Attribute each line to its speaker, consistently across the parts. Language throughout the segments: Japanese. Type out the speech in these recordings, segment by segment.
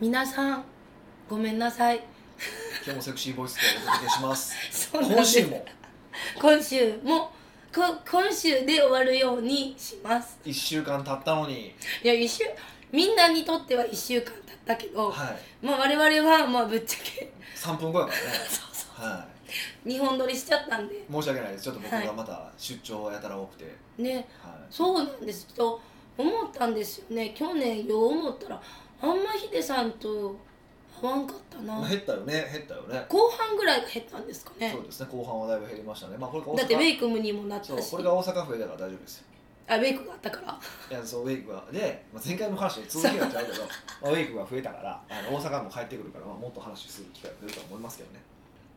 Speaker 1: 皆さんごめんなさい
Speaker 2: 今日もセクシーボイスでお届けします
Speaker 1: そうなんで
Speaker 2: 今
Speaker 1: す
Speaker 2: 週も
Speaker 1: 今週もこ今週で終わるようにします
Speaker 2: 1週間経ったのに、
Speaker 1: いや一週みんなにとっては1週間経ったけど、
Speaker 2: はい、
Speaker 1: まあ、我々はまあぶっちゃけ
Speaker 2: 3分後やからね、
Speaker 1: そうそ
Speaker 2: は
Speaker 1: う2本撮りしちゃったんで
Speaker 2: い、申し訳ないですちょっと僕
Speaker 1: はい
Speaker 2: がまた出張やたら多くて、
Speaker 1: ね
Speaker 2: はい、
Speaker 1: そうなんですと思ったんですよね去年よう思ったらあんまヒデさんと合わんかったな
Speaker 2: まあ減ったよね減ったよね
Speaker 1: 後半ぐらいが減ったんですかね
Speaker 2: そうですね後半はだいぶ減りましたねまあこれが
Speaker 1: だってウ
Speaker 2: 大
Speaker 1: ェ
Speaker 2: 阪
Speaker 1: イクムにもなっ
Speaker 2: そ
Speaker 1: た
Speaker 2: う
Speaker 1: し
Speaker 2: これが大阪府だから大丈夫ですよ
Speaker 1: あウェイクがあったから
Speaker 2: いやそうウェイクはで、まあ、前回の話の続きになっちゃうけど、まあ、ウェイクが増えたからあの大阪も帰ってくるから、まあ、もっと話する機会が出るとは思いますけどね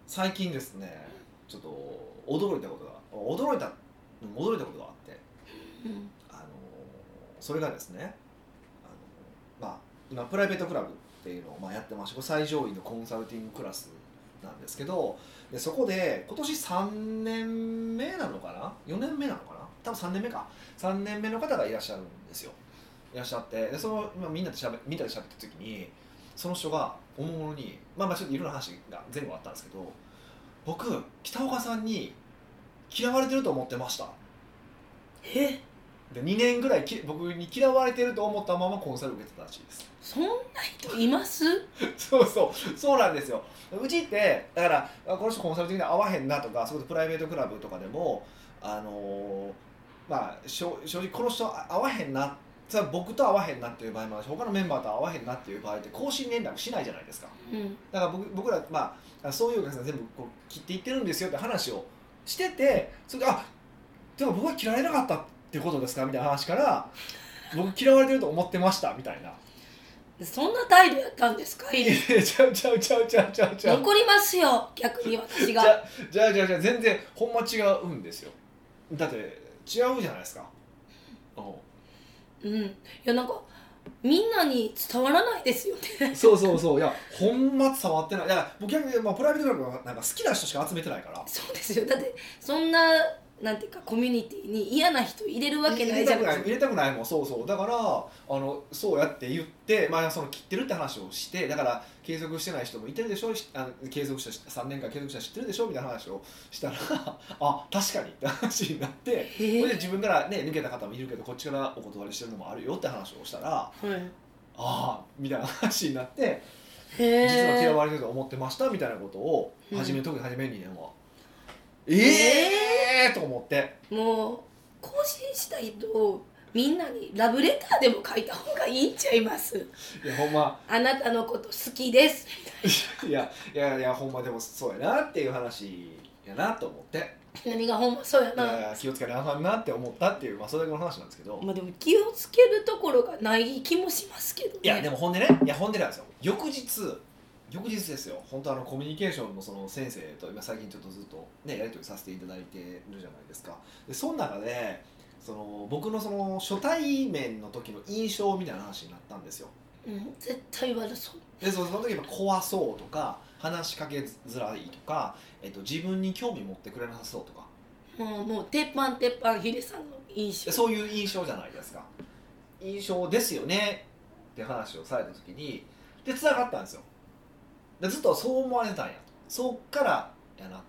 Speaker 2: 最近ですねちょっと驚いたことが驚いた驚いたことがあって
Speaker 1: うん
Speaker 2: あのそれがですねあの、まあ、今プライベートクラブっていうのをまあやってましてこれ最上位のコンサルティングクラスなんですけどでそこで今年3年目なのかな4年目なのかな多分3年目か3年目の方がいらっしゃるんですよいらっしゃってでその、まあ、みんなでしゃべみんなでしゃべった時にその人がおもむろにまあまあちょっといろんな話が前後あったんですけど僕北岡さんに嫌われてると思ってました
Speaker 1: え
Speaker 2: で2年ぐらいき僕に嫌われてると思ったままコンサル受けてたらしいです
Speaker 1: そんな人います
Speaker 2: そうそうそうなんですようちってだからあこの人コンサル的に合わへんなとかそういうことプライベートクラブとかでもあのーまあしょ正直この人あ合わへんなそれは僕と合わへんなっていう場合もあるし他のメンバーと合わへんなっていう場合って更新連絡しないじゃないですか
Speaker 1: うん
Speaker 2: だから僕僕ら、まあ、そういうお客さん全部こう切っていってるんですよって話をしててそれで「あでも僕は嫌われなかったっていうことですか?」みたいな話から「僕嫌われてると思ってました」みたいな
Speaker 1: そんな態度やったんですか
Speaker 2: 「い
Speaker 1: い
Speaker 2: やいやちゃうちゃうちゃうちゃうちゃうちゃう
Speaker 1: 残りますよ逆に私
Speaker 2: じゃ
Speaker 1: が
Speaker 2: あじゃあじゃあじゃあ全然ほんま違うんですよだって違うじゃないですかお
Speaker 1: うんいやなんかみんなに伝わらないですよね
Speaker 2: そうそうそういやほんま伝わってないいや僕逆に、まあ、プライベートクラブはなんか好きな人しか集めてないから
Speaker 1: そうですよだってそんななんていうかコミュニティに嫌な人入れるわけないじゃない
Speaker 2: 入れたくない入れたくないもんそうそうだからあのそうやって言って、まあ、その切ってるって話をしてだから継続してない人もいてるでしょしあの継続した3年間継続した人知ってるでしょみたいな話をしたらあ確かにって話になってそ
Speaker 1: へ
Speaker 2: れで
Speaker 1: え
Speaker 2: 自分から、ね、抜けた方もいるけどこっちからお断りしてるのもあるよって話をしたらあ
Speaker 1: はい
Speaker 2: あみたいな話になって
Speaker 1: へえ
Speaker 2: 実は嫌われてると思ってましたみたいなことを初め、特に初め2年は。ええー、と思って
Speaker 1: もう更新したいとみんなにラブレターでも書いた方がいいんちゃいます
Speaker 2: いやほんま
Speaker 1: あなたのこと好きです
Speaker 2: いやいやいやほんまでもそうやなっていう話やなと思って、
Speaker 1: 何がほんまそうや
Speaker 2: い
Speaker 1: な
Speaker 2: やいや気をつけなあかんなって思ったっていう、まあ、それだけの話なんですけど、
Speaker 1: まあでも気をつけるところがない気もしますけどね
Speaker 2: いやでもほんでねいやほんでなんですよ翌日翌日ですよ本当あのコミュニケーションのその先生と今最近ちょっとずっとねやり取りさせていただいてるじゃないですかでその中でその僕のその初対面の時の印象みたいな話になったんですよ
Speaker 1: うん、絶対悪そう
Speaker 2: でそその時やっぱ怖そうとか話しかけづらいとか、えっと、自分に興味持ってくれなさそうとか
Speaker 1: もうもう鉄板鉄板ヒデさんの印象
Speaker 2: そういう印象じゃないですか印象ですよねって話をされた時にで繋がったんですよでずっとそう思われてたんやとそっからやなっ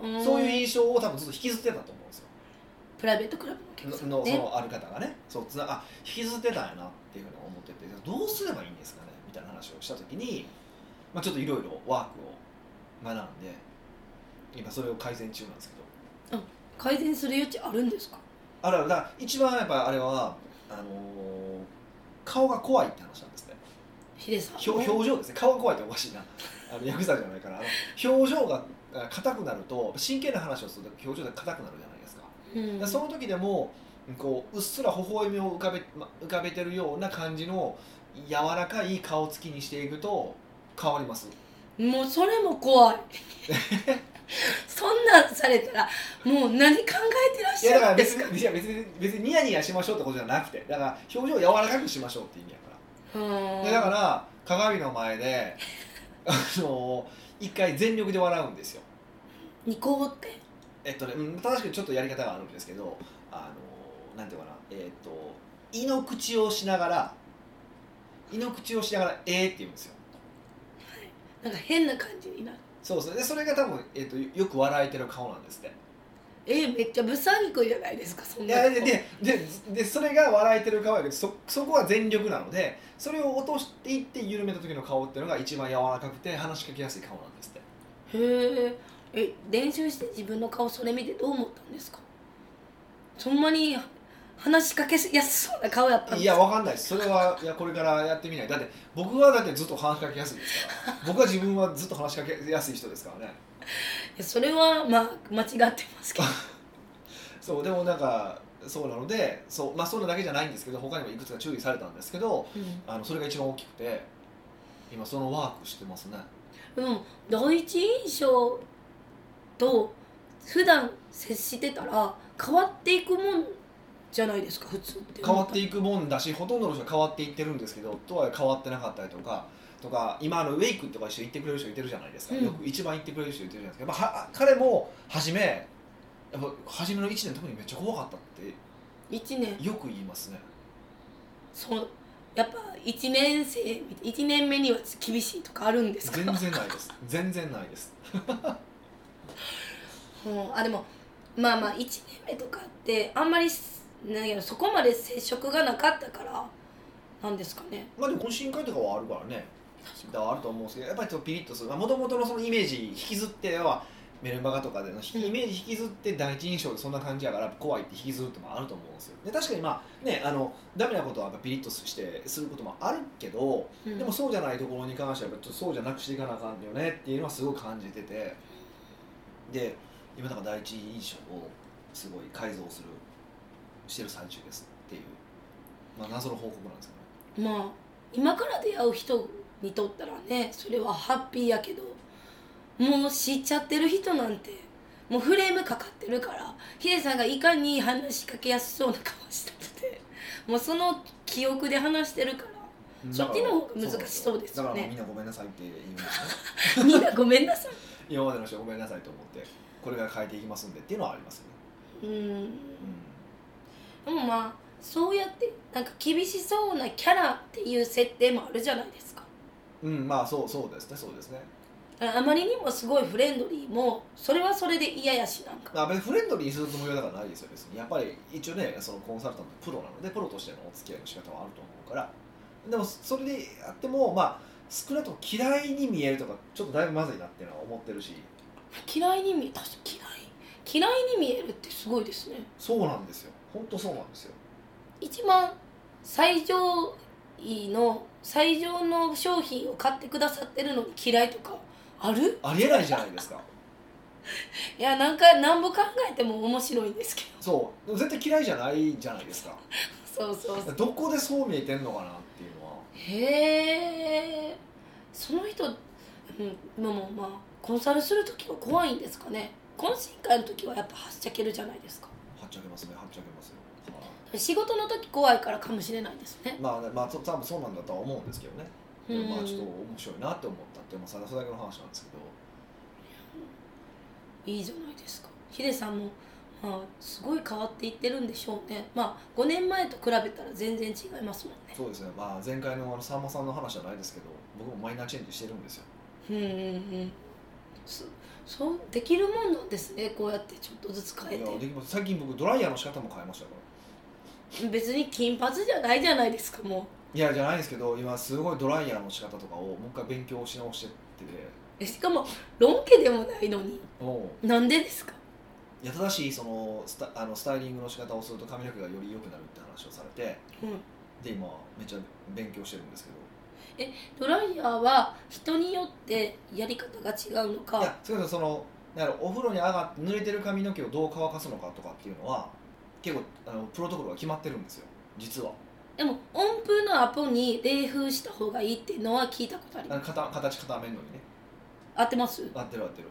Speaker 2: て、
Speaker 1: ん
Speaker 2: そういう印象を多分ずっと引きずってたと思うんですよ
Speaker 1: プライベートクラブのお客さん
Speaker 2: ののそ
Speaker 1: ね
Speaker 2: のある方がねそうつなあ引きずってたんやなっていうふうに思っててどうすればいいんですかねみたいな話をした時に、まあ、ちょっといろいろワークを学んで今それを改善中なんですけど
Speaker 1: 改善する余地あるんですか
Speaker 2: あるあるだから一番やっぱあれはあのー顔が怖いって話なんですね
Speaker 1: ヒデさん
Speaker 2: 表表情ですね顔が怖いっておかしいなあのヤクザじゃないからあの表情があ硬くなると真剣な話をすると表情が硬くなるじゃないですか
Speaker 1: うん、
Speaker 2: でその時でもこううっすら微笑みを浮かべ,、ま、浮かべてるような感じの柔らかい顔つきにしていくと変わります
Speaker 1: もうそれも怖 いそんなんされたらもう何考えてらっ
Speaker 2: い
Speaker 1: し
Speaker 2: やだか
Speaker 1: ゃる
Speaker 2: ら
Speaker 1: んで
Speaker 2: 別
Speaker 1: すか
Speaker 2: にいや別に別にニヤニヤしましょうってことじゃなくてだから表情を柔らかくしましょうって意味やから
Speaker 1: うん
Speaker 2: でだから鏡の前で あの一回全力で笑うんですよ
Speaker 1: ニコーって
Speaker 2: えっとねうん正しくちょっとやり方があるんですけどあのなんていうかなえっと胃の口をしながら井の口をしながら「えー」って言うんですよ
Speaker 1: なんか変な感じになる
Speaker 2: そうですねでそれが多分、えー、とよく笑えてる顔なんですって
Speaker 1: えめっちゃ不三子じゃないですかそん
Speaker 2: い
Speaker 1: な
Speaker 2: や
Speaker 1: の
Speaker 2: ででででそれが笑えてる顔やけどそそこは全力なのでそれを落としていって緩めた時の顔っていうのが一番柔らかくて話しかけやすい顔なんですって
Speaker 1: へええ練習して自分の顔それ見てどう思ったんですかそんなに話しかけやすそうな顔やったんですか
Speaker 2: いやわかんないですそれはいやこれからやってみないだって僕はだってずっと話しかけやすいですから僕は自分はずっと話しかけやすい人ですからね
Speaker 1: いやそれはまあ間違ってますけど
Speaker 2: そうでもなんかそうなのでそうまあそれだけじゃないんですけど他にもいくつか注意されたんですけど
Speaker 1: うん
Speaker 2: あのそれが一番大きくて今そのワークしてますね
Speaker 1: でも第一印象と普段接してたら変わっていくもんじゃないですか普通って
Speaker 2: 変わって
Speaker 1: い
Speaker 2: いくもんだしほとんどの人は変わっていってるんですけどとはいえ変わってなかったりとかとか今あのウェイクとか一緒に行ってくれる人いてるじゃないですか、
Speaker 1: うん
Speaker 2: よく一番行ってくれる人いてるじゃないですか、まあ、は彼も初めやっぱ初めの1年特にめっちゃ怖かったっ
Speaker 1: 1年
Speaker 2: てよく言いますね
Speaker 1: そうやっぱ1年生1年目には厳しいとかあるんですか
Speaker 2: 全然ないです全然ないです
Speaker 1: うんあでもまあまあ1年目とかってあんまりなんやろそこまで接触がなかったからなんですかね
Speaker 2: まあでも懇親会とかはあるからねだからあると思うんですけどやっぱりちょっとピリッとするもともとのそのイメージ引きずってはメルマガとかでのひ
Speaker 1: うん
Speaker 2: イメージ引きずって第一印象でそんな感じやから怖いって引きずるってもあると思うんですよで確かにまあねあのダメなことはやっぱピリッとしてすることもあるけど
Speaker 1: うん
Speaker 2: でもそうじゃないところに関してはやっぱちょっとそうじゃなくしていかなあかんよねっていうのはすごい感じててで今だから第一印象をすごい改造するしてる最中ですっていう、まあ、謎の報告なんですよね
Speaker 1: まあ今から出会う人にとったらねそれはハッピーやけどもう知っちゃってる人なんてもうフレームかかってるからヒデさんがいかに話しかけやすそうな顔したのでもうその記憶で話してる からそっちの方が難しそうですよね
Speaker 2: だからもうみんなごめんなさいって言うんですね
Speaker 1: みんなごめんなさい
Speaker 2: 今までの人はごめんなさいと思ってこれから変えていきますんでっていうのはありますよね、
Speaker 1: うん
Speaker 2: う
Speaker 1: でもまあそうやってなんか厳しそうなキャラっていう設定もあるじゃないですか
Speaker 2: ん、うん、まあそうそうですねそうですね
Speaker 1: あまりにもすごいフレンドリーもそれはそれで嫌やしなんか
Speaker 2: まあ別にフレンドリーにするつもりはだからないですよ別にやっぱり一応ねそのコンサルタントプロなのでプロとしてのお付き合いの仕方はあると思うからでもそれであってもまあ少なくとも嫌いに見えるとかちょっとだいぶまずいなっていうのは思ってるし
Speaker 1: 嫌いに見え確かに嫌い嫌いに見えるってすごいですね
Speaker 2: そうなんですよ本当そうなんですよ
Speaker 1: 一番最上位の最上の商品を買ってくださってるのに嫌いとかある
Speaker 2: ありえないじゃない ですか
Speaker 1: いやなんか何ぼ考えても面白いんですけ
Speaker 2: そうでも絶対嫌いじゃないじゃないですか
Speaker 1: どそうそうそう
Speaker 2: どこでそう見えてんのかなっていうのは
Speaker 1: へえその人、うん、まあまあまあコンサルする時は怖いんですかね懇親会の時はやっぱはっちゃけるじゃないですか
Speaker 2: はっちゃけますねはっちゃけますよ、はい
Speaker 1: 仕事の時怖いからかもしれないですね
Speaker 2: まあねまあと多分そうなんだとは思うんですけどね、
Speaker 1: うん
Speaker 2: まあちょっと面白いなって思ったってまあそれだけの話なんですけど
Speaker 1: いいじゃないですかヒデさんも、まあ、すごい変わっていってるんでしょうねまあ5年前と比べたら全然違いますもんね
Speaker 2: そうですねまあ前回のあのさんまさんの話じゃないですけど僕もマイナーチェンジしてるんですよ
Speaker 1: うんうんうんそそうできるもんなんですねこうやってちょっとずつ
Speaker 2: い
Speaker 1: 変え
Speaker 2: や
Speaker 1: て
Speaker 2: できます最近僕ドライヤーの仕方も変えましたから
Speaker 1: 別に金髪じゃないじゃないですかもう
Speaker 2: いやじゃないですけど今すごいドライヤーの仕方とかをもう一回勉強し直してって
Speaker 1: えしかもロン毛でもないのに
Speaker 2: もう
Speaker 1: なんでですか
Speaker 2: いや正しいそのスタあのスタイリングの仕方をすると髪の毛がより良くなるって話をされて
Speaker 1: うん
Speaker 2: で今めっちゃ勉強してるんですけど
Speaker 1: ドライヤーは人によってやり方が違うの
Speaker 2: い
Speaker 1: か
Speaker 2: やそうそうそのなんやろお風呂に上がって濡れてる髪の毛をどう乾かすのかとかっていうのは結構あのプロトコルが決まってるんですよ実は
Speaker 1: でも温風のアポに冷風した方がいいっていうのは聞いたことあり
Speaker 2: あ
Speaker 1: ます
Speaker 2: の形形固めるのにね
Speaker 1: 合ってます
Speaker 2: 合ってる合ってる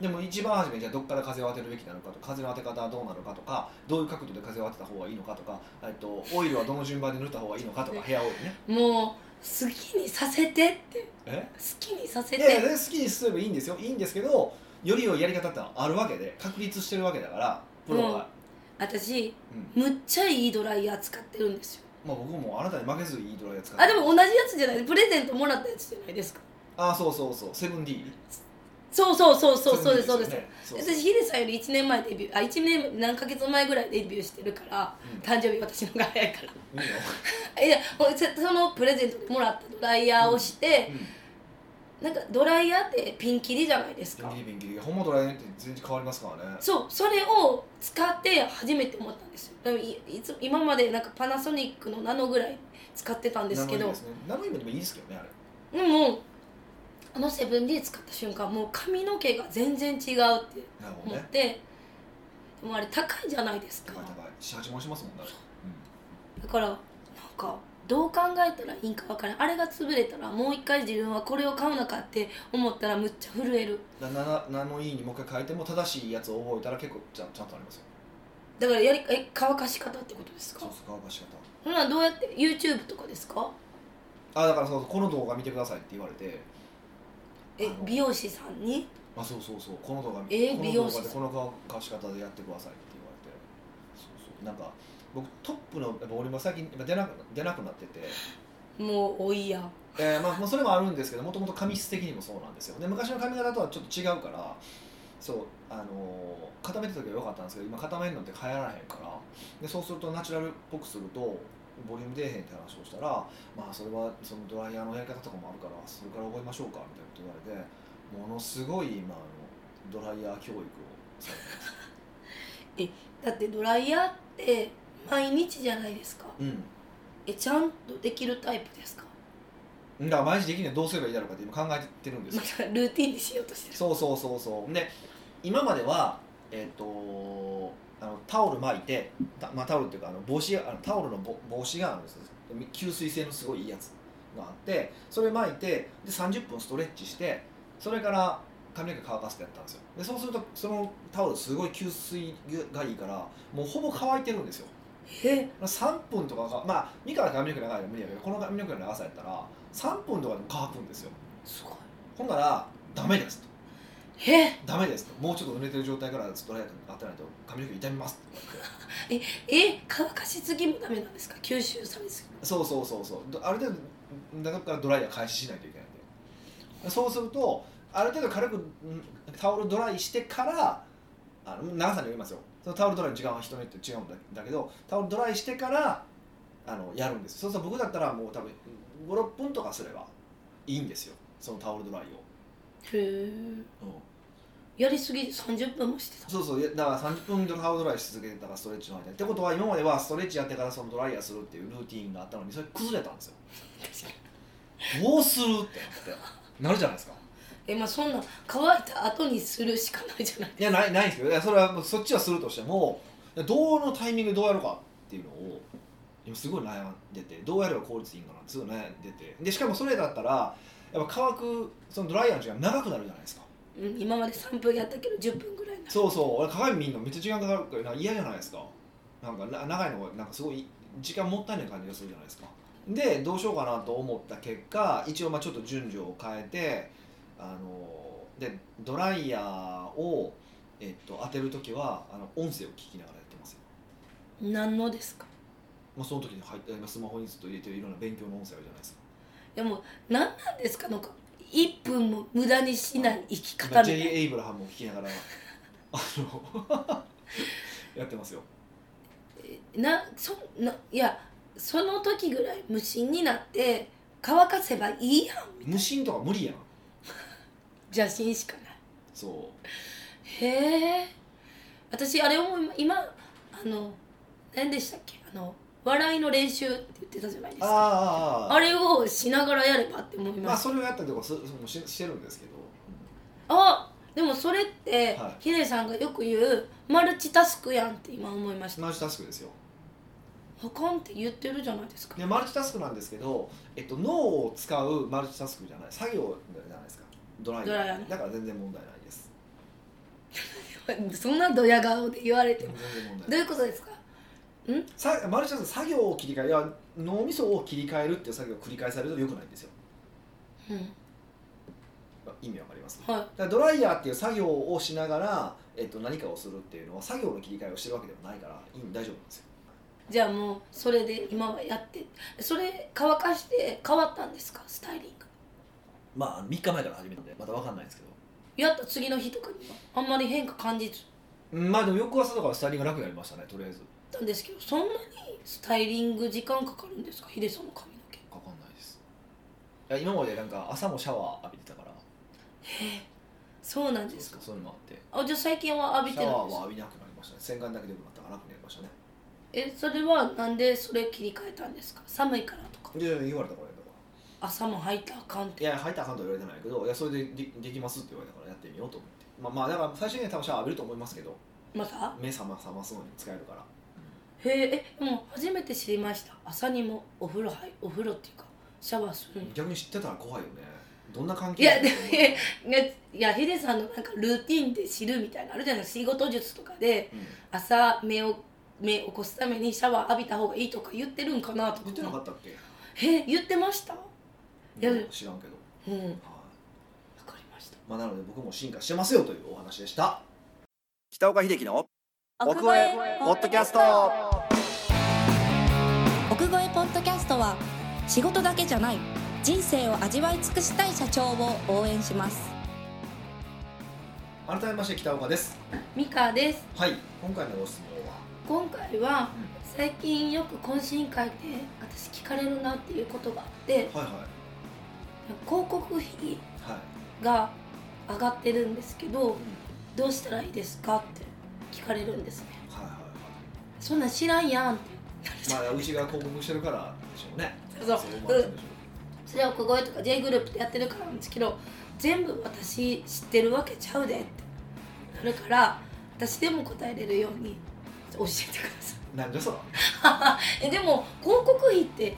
Speaker 2: でも一番初めにじゃあどっから風を当てるべきなのかと風の当て方はどうなのかとかどういう角度で風を当てた方がいいのかとかえっとオイルはどの順番で塗った方がいいのかとかヘアオイルね
Speaker 1: もう好きにさせてって
Speaker 2: え
Speaker 1: 好きにさせ
Speaker 2: い
Speaker 1: て
Speaker 2: やいや全然好きにすればいいんですよいいんですけどより良いやり方ってのはあるわけで確立してるわけだからプロが、
Speaker 1: 私
Speaker 2: うん
Speaker 1: むっちゃいいドライヤー使ってるんですよ
Speaker 2: まあ、僕もあなたに負けずいいドライヤー使って
Speaker 1: あでも同じやつじゃないプレゼントもらったやつじゃないですか
Speaker 2: あそうそうそう 7D
Speaker 1: そうそうそうそうそうですそうです、
Speaker 2: すそうそう
Speaker 1: 私ヒデさんより1年前デビューあ1年何ヶ月前ぐらいデビューしてるから誕生日私の方が早いか
Speaker 2: うんいいよ
Speaker 1: らいやほんそそのプレゼントでもらったドライヤーをして、なんかドライヤーってピンキリじゃないです
Speaker 2: うん
Speaker 1: か、
Speaker 2: ピンキリピンキリほんまドライヤーって全然変わりますからね
Speaker 1: そうそれを使って初めて思ったんですよでもいいつ今までなんかパナソニックのナノぐらい使ってたんですけど
Speaker 2: ナノイーですねナノイーでもいいですけどねあれ
Speaker 1: でもあのセブン d 使った瞬間もう髪の毛が全然違うって
Speaker 2: なるほ
Speaker 1: 思
Speaker 2: ど
Speaker 1: っ
Speaker 2: ね
Speaker 1: て、でもあれ高いじゃないですか
Speaker 2: 高い高い78万しますもんねあれう
Speaker 1: だからなんかどう考えたらいいんか分からんあれが潰れたらもう一回自分はこれを買うのかって思ったらむっちゃ震える
Speaker 2: んだナナナノイーにもう一回変えても正しいやつを覚えたら結構ちゃんちゃんとありますよ
Speaker 1: だからやりえ乾かし方ってことですか
Speaker 2: そうそう乾かし
Speaker 1: ほ
Speaker 2: 方
Speaker 1: などうやって YouTube とかですか
Speaker 2: あだからそうそうこの動画見てくださいって言われて
Speaker 1: え
Speaker 2: あの
Speaker 1: 美容師さんに
Speaker 2: あそうそうそうこの動画、
Speaker 1: えー
Speaker 2: この
Speaker 1: 美容
Speaker 2: 動
Speaker 1: 師さ
Speaker 2: 画
Speaker 1: ん
Speaker 2: でこの乾かし方でやってくださいって言われてそうそうなんか僕トップのやっぱ俺も最近やっぱ出なく出なくなってて、
Speaker 1: もうおいや
Speaker 2: えーまあ、まあそれもあるんですけどもともと髪質的にもそうなんですよで昔の髪型とはちょっと違うからそうあのー固めてた時は良かったんですけど今固めるのって変えられへんからでそうするとナチュラルっぽくするとボリューム出えへんって話をしたらまあそれはそのドライヤーのやり方とかもあるからそれから覚えましょうかみたいなこと言われてものすごい今あのドライヤー教育をされてます
Speaker 1: だってドライヤーって毎日じゃないですか
Speaker 2: うん
Speaker 1: えちゃんとできるタイプですか
Speaker 2: だから毎日できるにはどうすればいいだろうかって今考えてるんです
Speaker 1: ま
Speaker 2: よ
Speaker 1: たルーティンにしようとしてる
Speaker 2: そうそうそうそうで今まではえっ、とあのタオル巻いてたまあ、タオルっていうかあの帽子あのタオルの帽帽子があるんですよ吸水性のすごいいいやつがあってそれ巻いてで30分ストレッチしてそれから髪の毛乾かすってやったんですよでそうするとそのタオルすごい吸水がいいからもうほぼ乾いてるんですよ
Speaker 1: え
Speaker 2: 3分とかがまあ2から髪の毛長いの無理やけどこの髪の毛の長さやったら3分とかでも乾くんですよ
Speaker 1: すごい
Speaker 2: ほんならダメですと
Speaker 1: え
Speaker 2: ダメですともうちょっと濡れてる状態からずっとライトに当てないと髪の毛痛みますって言われて
Speaker 1: え乾かしすぎもダメなんですか吸収されすぎ
Speaker 2: そうそうそうそうどある程度だからドライヤー開始しないといけないんでそうするとある程度軽くんタオルドライしてからあの長さによりますよそのタオルドライの時間は人によって違うんだだけどタオルドライしてからあのやるんですそうすると僕だったらもう多分56分とかすればいいんですよそのタオルドライを、
Speaker 1: へ
Speaker 2: うん
Speaker 1: えやりすぎ30分もしてた
Speaker 2: そうそういやだから30分ハードドライし続けてたからストレッチの間にってことは今まではストレッチやってからそのドライヤーするっていうルーティーンがあったのにそれ崩れたんですよどうするってなってなるじゃないですか
Speaker 1: えまあそんな乾いた後にするしかないじゃない
Speaker 2: いやないないんですけどいやそれはもうそっちはするとしてもいやどうのタイミングでどうやるかっていうのを今すごい悩んでてどうやれば効率いいんかなってすごい悩んでてでしかもそれだったらやっぱ乾くそのドライヤーの時間長くなるじゃないですか
Speaker 1: うん今まで3分やったけど10分ぐらいな
Speaker 2: そうそう俺鏡見るのめっちゃ時間かかるからなんか嫌じゃないですかなんかな長いのがなんかすごい時間もったいない感じがするじゃないですかでどうしようかなと思った結果一応まあちょっと順序を変えてあのでドライヤーを、えっと、当てる時はあの音声を聞きながらやってますよ、
Speaker 1: 何のですか
Speaker 2: まあ、その時に入ってスマホにずっと入れてるいろんな勉強の音声あるじゃないですか
Speaker 1: でも何なんですかなんか1分も無駄にしない生き
Speaker 2: ま
Speaker 1: 方
Speaker 2: あ
Speaker 1: み
Speaker 2: ジ
Speaker 1: たい
Speaker 2: ェリー・
Speaker 1: な
Speaker 2: エイブラハムを聞きながらあの やってますよ
Speaker 1: なそないやその時ぐらい無心になって乾かせばいいやん
Speaker 2: 無心とか無理やん
Speaker 1: 邪心しかない
Speaker 2: そう
Speaker 1: へえ私あれ思い今あの何でしたっけあの笑いの練習って言ってたじゃないです
Speaker 2: あ
Speaker 1: か
Speaker 2: あああ
Speaker 1: あれをしながらやればって思い
Speaker 2: ま
Speaker 1: ま
Speaker 2: あ
Speaker 1: す、
Speaker 2: それをやったりとかすそのししてるんですけど、
Speaker 1: あでもそれって、
Speaker 2: はい
Speaker 1: ヒデさんがよく言うマルチタスクやんって今思いました
Speaker 2: マルチタスクですよ
Speaker 1: 保管って言ってるじゃないですか
Speaker 2: でマルチタスクなんですけど、えっと、脳を使うマルチタスクじゃない作業じゃないですかドライ
Speaker 1: ドライ
Speaker 2: ヤ
Speaker 1: ヤー
Speaker 2: ー
Speaker 1: ね
Speaker 2: だから全然問題ないです
Speaker 1: そんなドヤ顔で言われて
Speaker 2: 全
Speaker 1: も
Speaker 2: 然問
Speaker 1: ど
Speaker 2: 題な
Speaker 1: う
Speaker 2: い
Speaker 1: いうことですか
Speaker 2: さマルチタスク作業を切り替えいや脳みそを切り替えるっていう作業を繰り返されると良くないんですよ
Speaker 1: うん
Speaker 2: 意味わかりますだか
Speaker 1: は
Speaker 2: らドライヤーっていう作業をしながら、えっと、何かをするっていうのは作業の切り替えをしてるわけではないからいい大丈夫なんですよ
Speaker 1: いじゃあもうそれで今はやってそれ乾かして変わったんですかスタイリング
Speaker 2: まあ3日前から始めたんでまだわかんないですけど
Speaker 1: やった次の日とかにはあんまり変化感じ
Speaker 2: うんまあでも翌朝とかはスタイリングが楽になりましたねとりあえず
Speaker 1: たんですけどそんなにスタイリング時間かかるんですかヒデさんの髪の毛
Speaker 2: わかんないですいや今までなんか朝もシャワー浴びてたから
Speaker 1: へえそうなんです
Speaker 2: そう
Speaker 1: か
Speaker 2: そうそういうのもあって
Speaker 1: あじゃあ最近は浴び
Speaker 2: シ
Speaker 1: て
Speaker 2: ャ
Speaker 1: ない
Speaker 2: ワ
Speaker 1: ん
Speaker 2: ー
Speaker 1: です
Speaker 2: は
Speaker 1: か
Speaker 2: 浴びなくなりましたね洗顔だけでよくなったから楽になりましたね
Speaker 1: えそれはなんでそれ切り替えたんですか寒いからとか
Speaker 2: で言われたからやったから
Speaker 1: 朝も履いたらあかんって
Speaker 2: いや入ったらあかんとは言われてないけどいやそれででできますって言われたからやってみようと思ってまあまあだから最初には多分シャワー浴びると思いますけど
Speaker 1: また
Speaker 2: 目覚ま覚ますのに使えるから
Speaker 1: へええでも初めて知りました朝にもお風呂入お風呂っていうかシャワーするの
Speaker 2: 逆に知ってたら怖いよねどんな関係
Speaker 1: いやでもね、いやヒデさんのなんかルーティンで知るみたいなのあるじゃないですか仕事術とかで
Speaker 2: うん
Speaker 1: 朝目を目を起こすためにシャワー浴びた方がいいとか言ってるんかなとか
Speaker 2: 言ってなかったっけ
Speaker 1: え言ってましたや
Speaker 2: うん知らんけど、
Speaker 1: うんわ
Speaker 2: はい
Speaker 1: かりました
Speaker 2: まあ、なので僕も進化してますよというお話でした北岡秀樹の奥越えポッドキャスト
Speaker 3: 奥越えポッドキャストは仕事だけじゃない人生を味わい尽くしたい社長を応援します
Speaker 2: 改めまして北岡です
Speaker 1: ミカです
Speaker 2: はい今回のご質問は、
Speaker 1: 今回は最近よく懇親会で私聞かれるなっていうことがあって
Speaker 2: はいは
Speaker 1: 広告費
Speaker 2: いはい、
Speaker 1: が上がってるんですけど
Speaker 2: うん
Speaker 1: どうしたらいいですかって聞かれるんですね
Speaker 2: はいはいはい
Speaker 1: そんなん知らんやんって
Speaker 2: まあうちが広告してるからでしょうね
Speaker 1: そう
Speaker 2: れもあるんでしょ
Speaker 1: それは小声とか J グループでやってるからなんですけど全部私知ってるわけちゃうでってなるから私でも答えれるように教えてくださ
Speaker 2: うなんじゃそら
Speaker 1: い えでも広告費って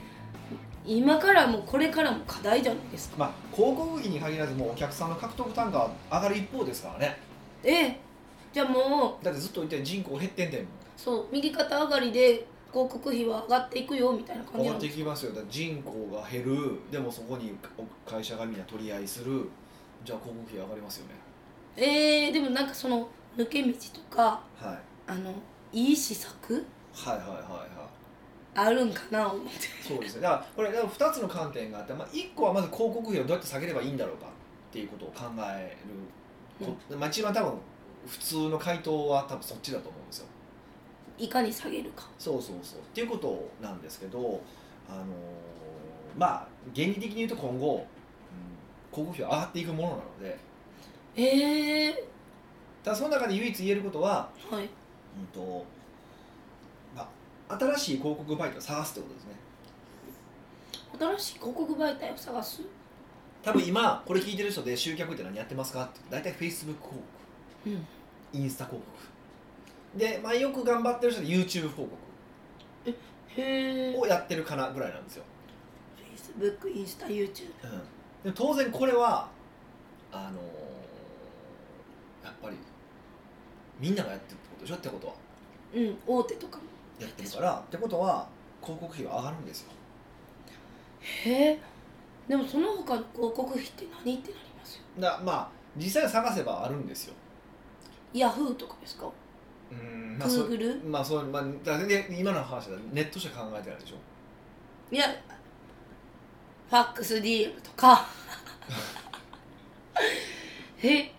Speaker 1: 今からもこれからも課題じゃないですか
Speaker 2: まあ広告費に限らずもうお客さんの獲得単価は上がる一方ですからね
Speaker 1: ええじゃあもう
Speaker 2: だってずっと言って人口減ってんで
Speaker 1: そう右肩上がりで広告費は上がっていくよみたいな感
Speaker 2: 上
Speaker 1: じ
Speaker 2: が
Speaker 1: な
Speaker 2: っ
Speaker 1: ん
Speaker 2: て
Speaker 1: で
Speaker 2: いきますよだって人口が減るでもそこに会社がみんな取り合いするじゃあ広告費上がりますよね
Speaker 1: えー、でもなんかその抜け道とか
Speaker 2: はい
Speaker 1: あのいい施策
Speaker 2: はいはいはいはい
Speaker 1: あるんかな思って
Speaker 2: そうですねだからこれだから2つの観点があって、まあ、1個はまず広告費をどうやって下げればいいんだろうかっていうことを考えるこ、まあ、一番多分普通の回答は多分そっちだと思うんですよ
Speaker 1: いかに下げるか
Speaker 2: そうそうそうっていうことなんですけどあのーまあ原理的に言うと今後、うん広告費は上がっていくものなので
Speaker 1: ええ
Speaker 2: ただその中で唯一言えることは、
Speaker 1: はい
Speaker 2: うんとまあ、新しい広告媒体を探すってことですね
Speaker 1: 新しい広告媒体を探す
Speaker 2: 多分今これ聞いてる人で集客って何やってますかって大体 Facebook 広告
Speaker 1: うん
Speaker 2: インスタ広告で、まあ、よく頑張ってる人で YouTube 広告
Speaker 1: へえ
Speaker 2: をやってるかなぐらいなんですよ、
Speaker 1: Facebook インスタ YouTube
Speaker 2: うん、でも当然これはあのーやっぱりみんながやってるってことでしょってことは
Speaker 1: うん大手とかも
Speaker 2: やってるからってことは広告費は上がるんですよ
Speaker 1: へえでもその他の広告費って何ってなりますよ
Speaker 2: だまあ実際探せばあるんですよ
Speaker 1: Yahoo とかですか
Speaker 2: うんまあそう
Speaker 1: Google
Speaker 2: まあそうまあだ全然今の話だとネットしか考えてないでしょ
Speaker 1: いやファックス DM と かえ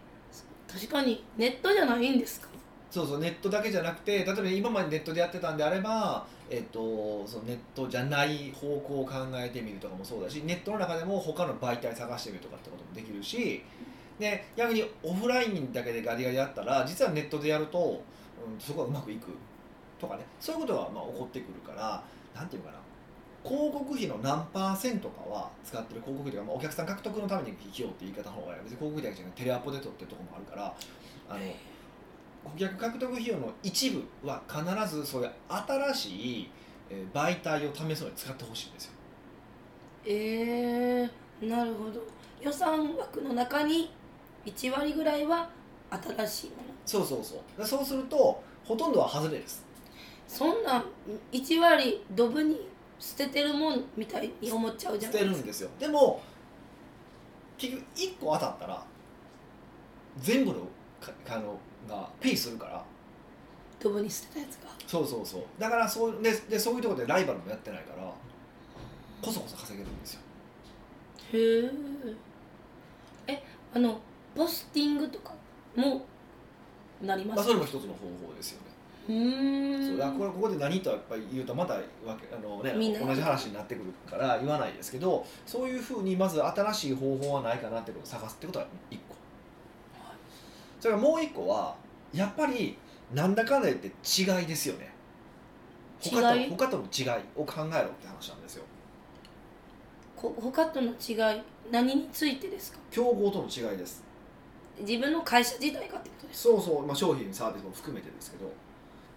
Speaker 1: 確かにネットじゃないんですか
Speaker 2: そうそうネットだけじゃなくて例えば今までネットでやってたんであれば、えっとそのネットじゃない方向を考えてみるとかもそうだしネットの中でも他の媒体探してみるとかってこともできるしで逆にオフラインだけでガリガリやったら実はネットでやると、うん、そこがうまくいくとかねそういうことがまあ起こってくるからなんていうのかな広告費の何パーセントかは使ってる広告費とか、まあ、お客さん獲得のために費用って言い方の方が別に広告費だけじゃなくてテレアポで取ってるとこもあるからあの顧客獲得費用の一部は必ずそういう新しいえー媒体を試すのに使ってほしいんですよ
Speaker 1: えー、なるほど予算枠の中に1割ぐらいは新しいもの
Speaker 2: そうそうそうでそうするとほとんどは外れです
Speaker 1: そんなん1割ドブに捨ててるもんみたいに思っちゃうじ
Speaker 2: 捨
Speaker 1: ゃな
Speaker 2: て
Speaker 1: い
Speaker 2: る
Speaker 1: です
Speaker 2: ん
Speaker 1: か
Speaker 2: ですよでも結局1個当たったら全部のかあのがペイするから
Speaker 1: ドブに捨てたやつが
Speaker 2: そうそうそうだからそうででそういうところでライバルもやってないからこそこそ稼げるんですよ
Speaker 1: へええあのポスティングとかもなりま
Speaker 2: まあ、
Speaker 1: す
Speaker 2: それも一つの方法ですよね、
Speaker 1: うーん
Speaker 2: そうだからこれここで何とやっぱり言うとまたわけあの、ね
Speaker 1: みんな、
Speaker 2: 同じ話になってくるから言わないですけどそういうふうにまず新しい方法はないかなってことを探すってことは一個、それからもう一個はやっぱりなんだかんだ言って違いですよね他
Speaker 1: 違い
Speaker 2: と他との違いを考えろって話なんですよ
Speaker 1: こ他との違い何についてですか
Speaker 2: 競合との違いです
Speaker 1: 自分の会社自体がってことです
Speaker 2: そうそう、まあ、商品サービスも含めてですけど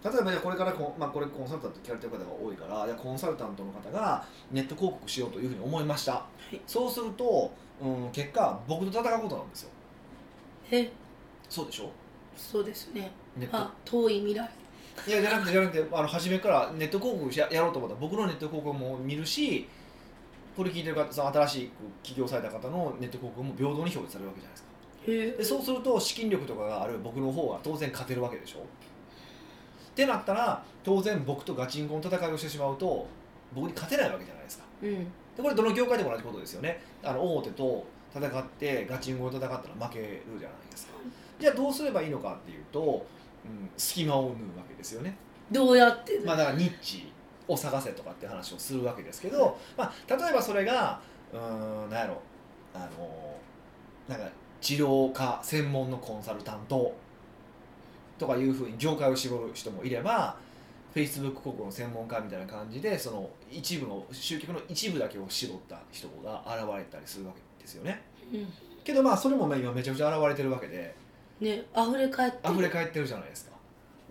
Speaker 2: 例えばねこれからコン,、まあ、これコンサルタントって聞かれてる方が多いからいやコンサルタントの方がネット広告しようというふうに思いました、
Speaker 1: い
Speaker 2: そうすると、うん、結果僕と戦うことなんですよ
Speaker 1: え
Speaker 2: そうでしょ
Speaker 1: そうですね
Speaker 2: ネット
Speaker 1: あ遠い未来
Speaker 2: いやじゃなくてじゃなくてあの初めからネット広告しややろうと思ったら僕のネット広告も見るしこれ聞いてる方その新しく起業された方のネット広告も平等に表示されるわけじゃないですか
Speaker 1: へえ
Speaker 2: でそうすると資金力とかがある僕の方が当然勝てるわけでしょってなったら当然僕とガチンコの戦いをしてしまうと僕に勝てないわけじゃないですか
Speaker 1: うん
Speaker 2: でこれどの業界でも同じことですよねあの大手と戦ってガチンコと戦ったら負けるじゃないですかじゃあどうすればいいのかっていうと、うん、隙間を縫うわけですよね
Speaker 1: どうやって
Speaker 2: まあ、だからニッチを探せとかって話をするわけですけど、まあ、例えばそれがうーんなんやろあのなんか治療科専門のコンサルタントとかいうふうに業界を絞る人もいれば Facebook 広告の専門家みたいな感じでその一部の集客の一部だけを絞った人が現れたりするわけですよね。
Speaker 1: うん
Speaker 2: けどまあそれもまあ今めちゃくちゃ現れてるわけで。
Speaker 1: ね溢れ返って
Speaker 2: 溢れ返ってるじゃないですか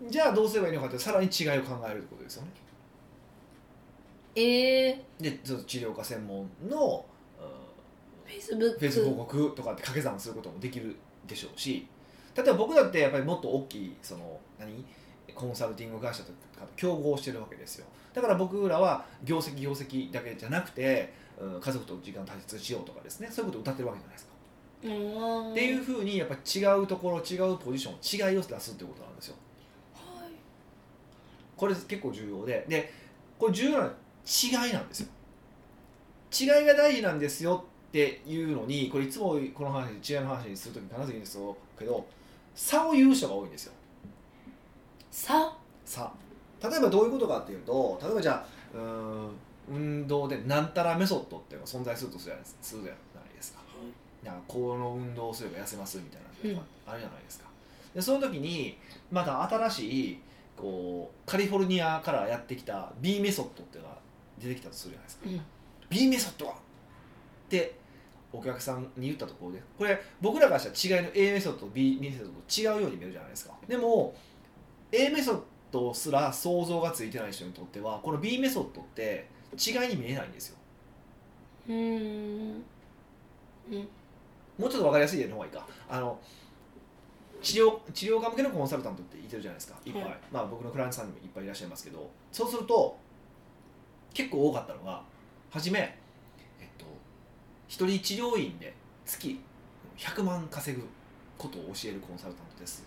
Speaker 2: じゃあどうすればいいのかってさらに違いを考えるってことですよね
Speaker 1: ええ
Speaker 2: でその治療科専門の
Speaker 1: フェイスブック
Speaker 2: フェイス広告とかって掛け算することもできるでしょうし例えば僕だってやっぱりもっと大きいその何コンサルティング会社とかと競合してるわけですよだから僕らは業績業績だけじゃなくて、うん家族との時間を大切にしようとかですねそういうことを歌ってるわけじゃないですか、
Speaker 1: っ
Speaker 2: っていうふうにやっぱ違うところ違うポジション違いを出すってことなんですよ
Speaker 1: はい
Speaker 2: これ結構重要ででこれ重要なのは違いなんですよ違いが大事なんですよっていうのにこれいつもこの話違いの話にするとき必ず言うんですけど差を言う人が多いんですよ
Speaker 1: さ
Speaker 2: 差例えばどういうことかっていうと例えばじゃあうーん運動でなんたらメソッドっていうのが存在するとするじゃないですするじゃないですかなんかこの運動をすれば痩せますみたいなのとかあるじゃないですか、でその時にまた新しいこうカリフォルニアからやってきた B メソッドっていうのが出てきたとするじゃないですか、
Speaker 1: うん
Speaker 2: B メソッドはってお客さんに言ったところでこれ僕らからしたら違いの A メソッドと B メソッドと違うように見えるじゃないですかでも A メソッドすら想像がついてない人にとってはこの B メソッドって違いに見えないんですよ
Speaker 1: うーんうん
Speaker 2: もうちょっと分かりやすい例の方がいいかあの治療治療科向けのコンサルタントっていてるじゃないですかいっぱい、
Speaker 1: はい
Speaker 2: まあ、僕のクライアントさんにもいっぱいいらっしゃいますけどそうすると結構多かったのが初め、えっと、一人治療院で月100万稼ぐことを教えるコンサルタントです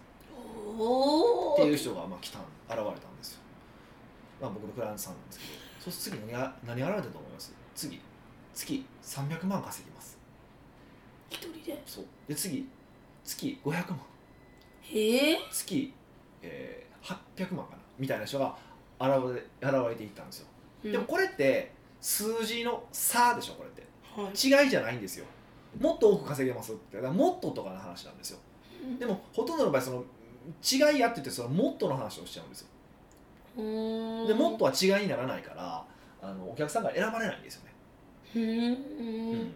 Speaker 1: おお
Speaker 2: っていう人がまあ来たん現れたんですよ、まあ、僕のクライアントさんなんですけどそうすると次何が何現れたと思います次月300万稼ぎます
Speaker 1: 一人で
Speaker 2: そうで次月500万
Speaker 1: へえ
Speaker 2: 月、えー800万かなみたいな人が現れ現れていったんですよ、
Speaker 1: うん
Speaker 2: でもこれって数字の差でしょこれって
Speaker 1: はい
Speaker 2: 違いじゃないんですよもっと多く稼げますってだからもっととかの話なんですよでもほとんどの場合その違いやって言ってそのもっとの話をしちゃうんですよ
Speaker 1: うーん
Speaker 2: でもっとは違いにならないからあのお客さんが選ばれないんですよね
Speaker 1: うーん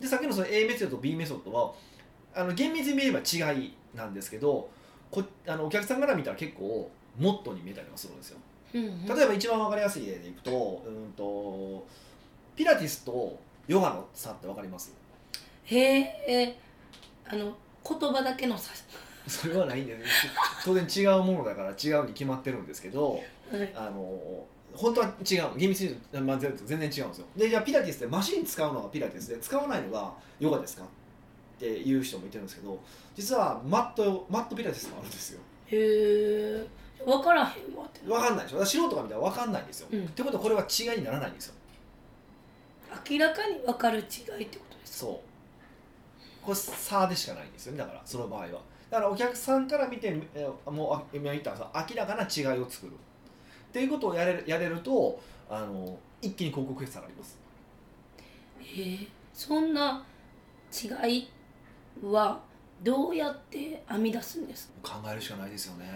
Speaker 2: でさっきのその A メソッドと B メソッドはあの厳密に見れば違いなんですけどこあのお客さんから見たら結構もっとに見えたりもするんですよ
Speaker 1: うん
Speaker 2: 例えば一番分かりやすい例でいくとうんとピラティスとヨガの差って分かります
Speaker 1: へえあの言葉だけの差し
Speaker 2: それはないんです当然違うものだから違うに決まってるんですけど
Speaker 1: はい
Speaker 2: あの本当は違う厳密に言うとまあ全然違うんですよでじゃあピラティスってマシン使うのがピラティスで使わないのがヨガですかっていう人もいてるんですけど実はマットマットピラティスもあるんですよ
Speaker 1: へえ分からへんわって
Speaker 2: 分かんないでしょだから素人が見たら分かんないんですよ、
Speaker 1: うん
Speaker 2: ってことはこれは違いにならないんですよ
Speaker 1: 明らかに分かる違いってことですか
Speaker 2: そうこれ差でしかないんですよねだからその場合はだからお客さんから見てえーもうあ今言ったさ明らかな違いを作るっていうことをやれるやれるとあの一気に広告費下がります
Speaker 1: へえそんな違いはどうやって編み出すんですか
Speaker 2: 考えるしかないですよね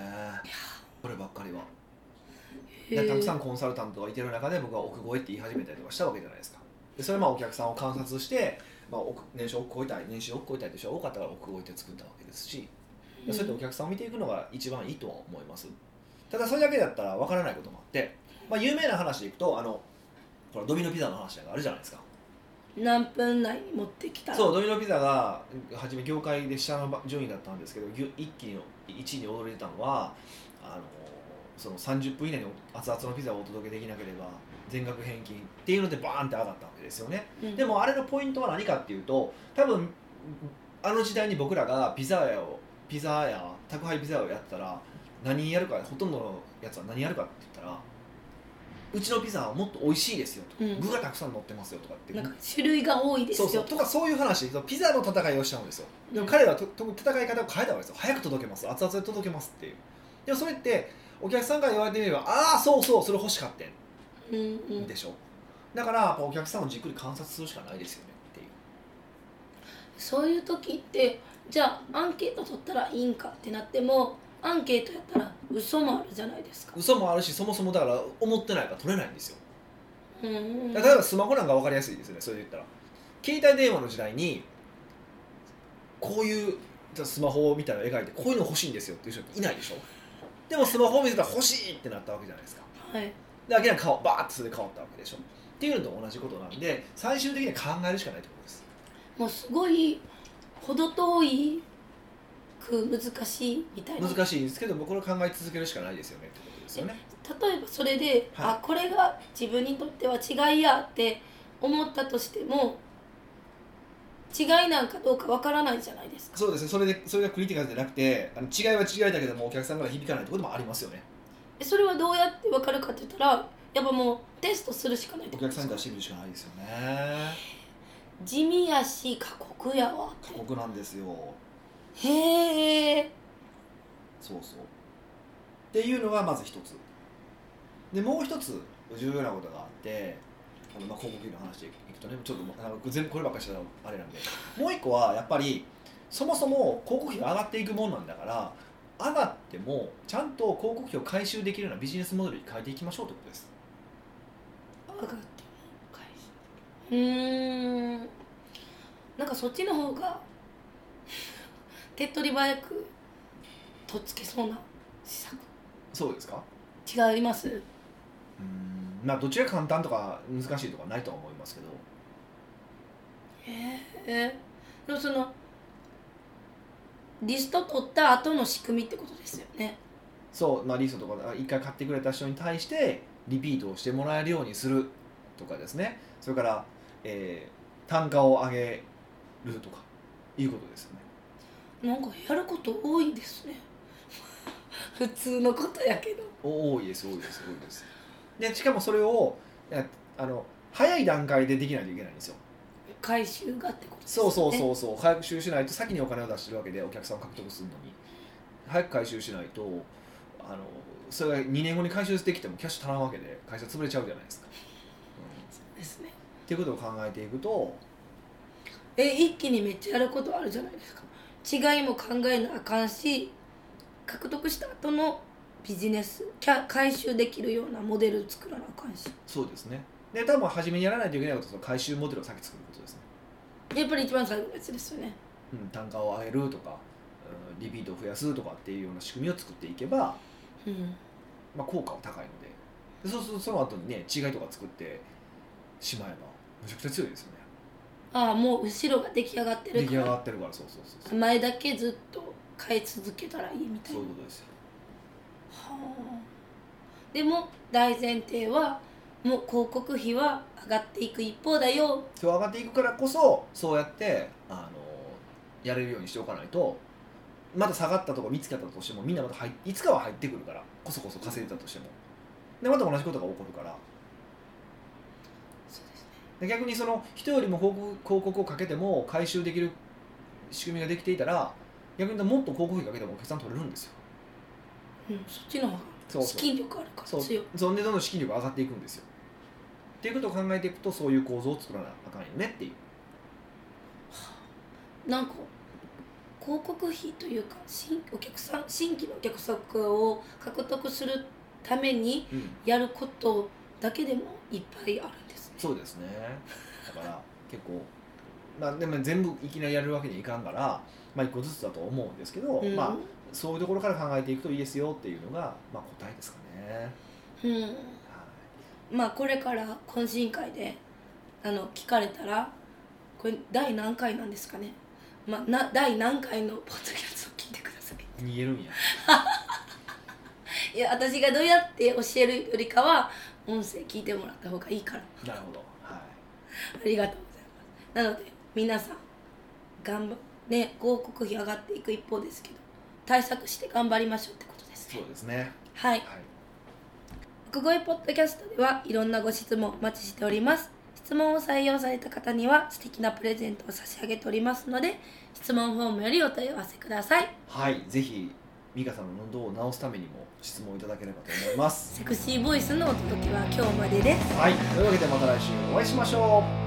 Speaker 2: こればっかりは
Speaker 1: へ
Speaker 2: で
Speaker 1: え
Speaker 2: たくさんコンサルタントがいてる中で僕は億超えって言い始めたりとかしたわけじゃないですかでそれはまあお客さんを観察して、まあ、億年収億超えたい年収億超えたいという人が多かったから億超えて作ったわけですしでそうやってお客さんを見ていくのが一番いいとは思いますただそれだけだったらわからないこともあって、まあ、有名な話でいくとあのこれドミノピザの話があるじゃないですか
Speaker 1: 何分内に持ってきたら
Speaker 2: そうドミノピザが初め業界で下の順位だったんですけどぎゅ一気に1位に躍り出たのはあのその30分以内に熱々のピザをお届けできなければ全額返金っていうのでバーンって上がったわけですよね
Speaker 1: うん、
Speaker 2: でもあれのポイントは何かっていうと多分あの時代に僕らがピザ屋をピザ屋宅配ピザ屋をやってたら何やるかほとんどのやつは何やるかって言ったらうちのピザはもっと美味しいですよと、
Speaker 1: うん
Speaker 2: 具がたくさん乗ってますよとかって
Speaker 1: なんか種類が多いです
Speaker 2: そ
Speaker 1: よ
Speaker 2: うそうとかそういう話そのピザの戦いをしたんですよでも彼らはとと戦い方を変えたわけですよ早く届けます熱々で届けますっていうでもそれってお客さんから言われてみればああそうそうそれ欲しかった
Speaker 1: うんうん
Speaker 2: んでしょ、だからやっぱお客さんをじっくり観察するしかないですよねっていう
Speaker 1: そういう時ってじゃあアンケート取ったらいいんかってなってもアンケートやったら嘘もあるじゃないですか、
Speaker 2: 嘘もあるしそもそもだから思ってないから取れないんですよ
Speaker 1: うんうん、
Speaker 2: だから例えばスマホなんか分かりやすいですよねそれで言ったら携帯電話の時代にこういうじゃあスマホみたいなのを描いてこういうの欲しいんですよっていう人っていないでしょでもスマホを見せたら欲しいってなったわけじゃないですか
Speaker 1: はい
Speaker 2: で明らかに顔バーッとそれで変わったわけでしょっていうのと同じことなんで最終的には考えるしかないってことです
Speaker 1: もうすごい程遠いく難しいみたいな
Speaker 2: 難しいんですけど僕は考え続けるしかないですよねってことですよね
Speaker 1: 例えばそれで、
Speaker 2: はい
Speaker 1: あこれが自分にとっては違いやって思ったとしても違いなんかどうかわからないじゃないですか
Speaker 2: そうですねそれでそれがクリティカルじゃなくてあの違いは違いだけどもお客さんから響かないってこともありますよね
Speaker 1: えそれはどうやってわかるかって言ったらやっぱもうテストするしかないって
Speaker 2: お
Speaker 1: こと
Speaker 2: 客
Speaker 1: で
Speaker 2: さ
Speaker 1: すか
Speaker 2: んに出してみるしかないですよね
Speaker 1: 地味やし過酷やわ
Speaker 2: 過酷なんですよ
Speaker 1: へえ
Speaker 2: そうそうっていうのがまず一つでもう一つ重要なことがあってあのまあ広告費の話でいくとねちょっともうあの全部こればっかりしたらあれなんでもう一個はやっぱりそもそも広告費が上がっていくもんなんだから上がってもちゃんと広告費を回収できるようなビジネスモデルに変えていきましょうってことです
Speaker 1: 上がっても返しうーんなんかそっちの方が手っ取り早くとっつけそうな施
Speaker 2: そうですか
Speaker 1: 策違います
Speaker 2: うんまあどちらが簡単とか難しいとかないとは思いますけど
Speaker 1: ええでもそのリスト取った後の仕組みってことですよね
Speaker 2: そう、まあ、リストとかあ一回買ってくれた人に対してリピートをしてもらえるようにするとかですねそれから、えー単価を上げるとかいうことですよね
Speaker 1: なんかやること多いですね 普通のことやけど
Speaker 2: お多いです多いです多いですでしかもそれをえあの早い段階でできないといけないんですよ
Speaker 1: 回収がってことですよ
Speaker 2: そう
Speaker 1: ね
Speaker 2: そうそうそう回収しないと先にお金を出してるわけでお客さんを獲得するのに早く回収しないとあのそれが2年後に回収できてもキャッシュ足らんわけで会社潰れちゃうじゃないですか、うん
Speaker 1: ですね
Speaker 2: っていうことを考えていくと
Speaker 1: え一気にめっちゃやることあるじゃないですか違いも考えなあかんし獲得した後のビジネスキャ回収できるようなモデル作らなあかんし
Speaker 2: そうですねで多分初めにやらないといけないことはその回収モデルを先作ることですね、
Speaker 1: やっぱり一番最後のやつですよね
Speaker 2: うん、単価を上げるとか、うんリピートを増やすとかっていうような仕組みを作っていけば、
Speaker 1: うん
Speaker 2: まあ、効果は高いのででそうするとその後にね違いとか作ってしまえばむちゃくちゃ強いですよね
Speaker 1: ああもう後ろが出来上がって
Speaker 2: 出
Speaker 1: る
Speaker 2: 来
Speaker 1: か
Speaker 2: 上
Speaker 1: ら
Speaker 2: がってるからそうそうそうそう
Speaker 1: 前だけずっと変え続けたらいいみたいな
Speaker 2: そうい
Speaker 1: は
Speaker 2: うことですよ
Speaker 1: あでも大前提はもう広告費は上がっていく一方だよ
Speaker 2: 今日上がっていくからこそそうやってあのやれるようにしておかないとまだ下がったとか見つけたとしてもみんなまた入っいつかは入ってくるからこそこそ稼いでたとしてもでまた同じことが起こるから
Speaker 1: そうですね
Speaker 2: で逆にその人よりも広告広告をかけても回収できる仕組みができていたら逆に言うともっと広告費かけてもお客さん取れるんですよ
Speaker 1: うんそっちの方
Speaker 2: そう
Speaker 1: が資
Speaker 2: そう
Speaker 1: 金力あるから
Speaker 2: そう
Speaker 1: 強い
Speaker 2: そんでどんどん資金力が上がっていくんですよっていうことを考えていくとそういう構造を作らなあかんよねっていう
Speaker 1: なんか広告費というか新お客さん新規のお客さんを獲得するためにやることだけでもいっぱいあるんですね
Speaker 2: そうですねだから結構まあでも全部いきなりやるわけにはいかんからまあ一個ずつだと思うんですけど、
Speaker 1: うん
Speaker 2: まあそういうところから考えていくといいですよっていうのがまあ答えですかね
Speaker 1: うん
Speaker 2: は
Speaker 1: まあこれから懇親会であの聞かれたらこれ第何回なんですかね、まあ、な第何回のポッドキャストを聞いてください
Speaker 2: い逃げるんや
Speaker 1: いや私がどうやって教えるよりかは音声聞いてもらった方がいいから
Speaker 2: なるほどはい
Speaker 1: ありがとうございますなので皆さん頑張ね広告費上がっていく一方ですけど対策して頑張りましょうってことです
Speaker 2: そ
Speaker 1: ね
Speaker 2: うですね
Speaker 1: はい
Speaker 2: はい
Speaker 1: 奥越ポッドキャストではいろんなご質問お待ちしております質問を採用された方には素敵なプレゼントを差し上げておりますので質問フォームよりお問い合わせください
Speaker 2: はい、ぜひ美香さんの喉を直すためにも質問いただければと思います
Speaker 1: セクシーボイスのお届けは今日までです
Speaker 2: はい、というわけでまた来週お会いしましょう